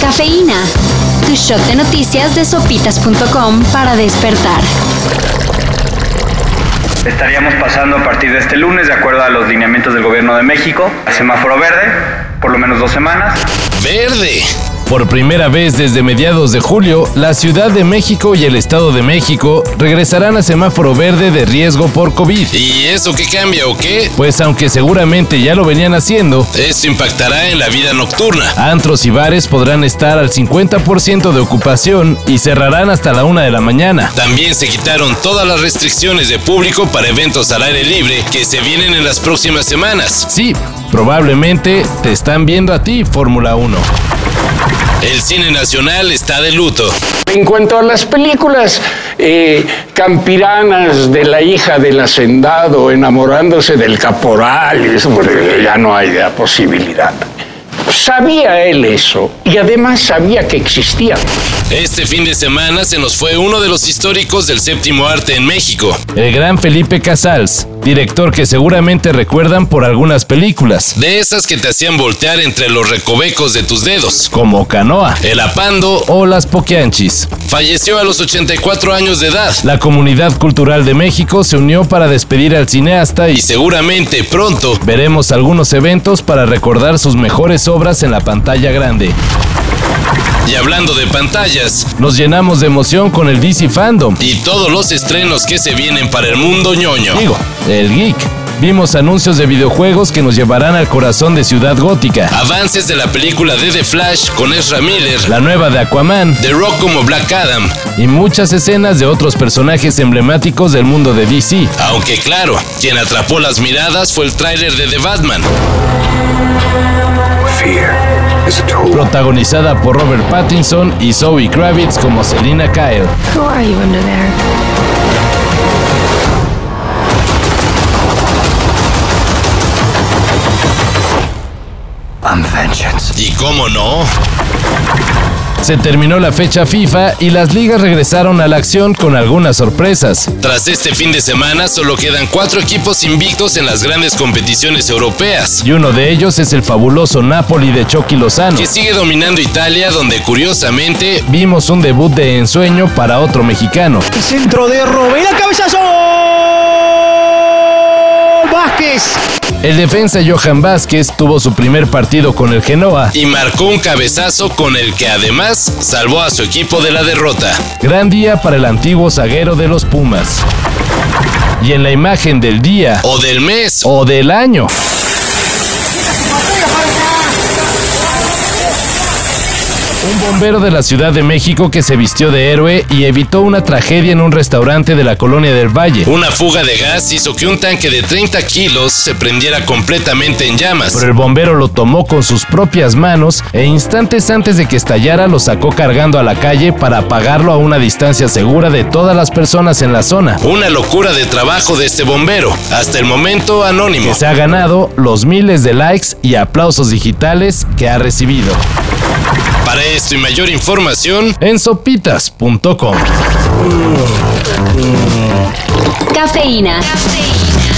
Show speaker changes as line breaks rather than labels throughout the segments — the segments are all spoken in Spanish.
Cafeína. Tu shot de noticias de sopitas.com para despertar.
Estaríamos pasando a partir de este lunes, de acuerdo a los lineamientos del gobierno de México, a semáforo verde, por lo menos dos semanas.
Verde. Por primera vez desde mediados de julio, la Ciudad de México y el Estado de México regresarán a semáforo verde de riesgo por COVID.
¿Y eso qué cambia o qué?
Pues aunque seguramente ya lo venían haciendo,
Esto impactará en la vida nocturna.
antros y bares podrán estar al 50% de ocupación y cerrarán hasta la una de la mañana.
También se quitaron todas las restricciones de público para eventos al aire libre que se vienen en las próximas semanas.
Sí, probablemente te están viendo a ti, Fórmula 1.
El cine nacional está de luto.
En cuanto a las películas eh, campiranas de la hija del hacendado enamorándose del caporal, y eso, pues, ya no hay la posibilidad. Sabía él eso y además sabía que existía.
Este fin de semana se nos fue uno de los históricos del séptimo arte en México.
El gran Felipe Casals, director que seguramente recuerdan por algunas películas,
De esas que te hacían voltear entre los recovecos de tus dedos.
como Canoa
El apando
o Las Poquianchis.
falleció a los 84 años de edad.
La comunidad cultural de México se unió para despedir al cineasta y
Y seguramente pronto
veremos algunos eventos para recordar sus mejores obras en la pantalla grande.
Y hablando de pantallas,
Nos llenamos de emoción con el DC Fandom.
y todos los estrenos que se vienen para el mundo ñoño.
Digo, el geek. Vimos anuncios de videojuegos que nos llevarán al corazón de Ciudad Gótica.
Avances de la película de The Flash con Ezra Miller,
La nueva de Aquaman
The Rock como Black Adam,
y muchas escenas de otros personajes emblemáticos del mundo de DC.
aunque claro, quien atrapó las miradas fue el tráiler de The Batman,
Fear is a tool.
Protagonizada por Robert Pattinson y Zoe Kravitz como Selina Kyle.
Who are you under there?
I'm vengeance.
y cómo no,
Se terminó la fecha FIFA y las ligas regresaron a la acción con algunas sorpresas.
tras este fin de semana solo quedan cuatro equipos invictos en las grandes competiciones europeas,
Y uno de ellos es el fabuloso Napoli de Chucky Lozano.
que sigue dominando Italia donde curiosamente
Vimos un debut de ensueño para otro mexicano.
Centro de Robela, cabezazo. Vázquez.
El defensa Johan Vázquez tuvo su primer partido con el Genoa.
y marcó un cabezazo con el que además salvó a su equipo de la derrota.
Gran día para el antiguo zaguero de los Pumas. Y en la imagen del día
O del mes,
o del año. Un bombero de la Ciudad de México que se vistió de héroe y evitó una tragedia en un restaurante de la colonia del Valle.
Una fuga de gas hizo que un tanque de 30 kilos se prendiera completamente en llamas.
Pero el bombero lo tomó con sus propias manos e instantes antes de que estallara lo sacó cargando a la calle para apagarlo a una distancia segura de todas las personas en la zona,
Una locura de trabajo de este bombero, hasta el momento anónimo.
que se ha ganado los miles de likes y aplausos digitales que ha recibido
Para esto y mayor información,
en sopitas.com.
Cafeína.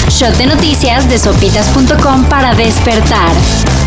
Shot de noticias de sopitas.com para despertar.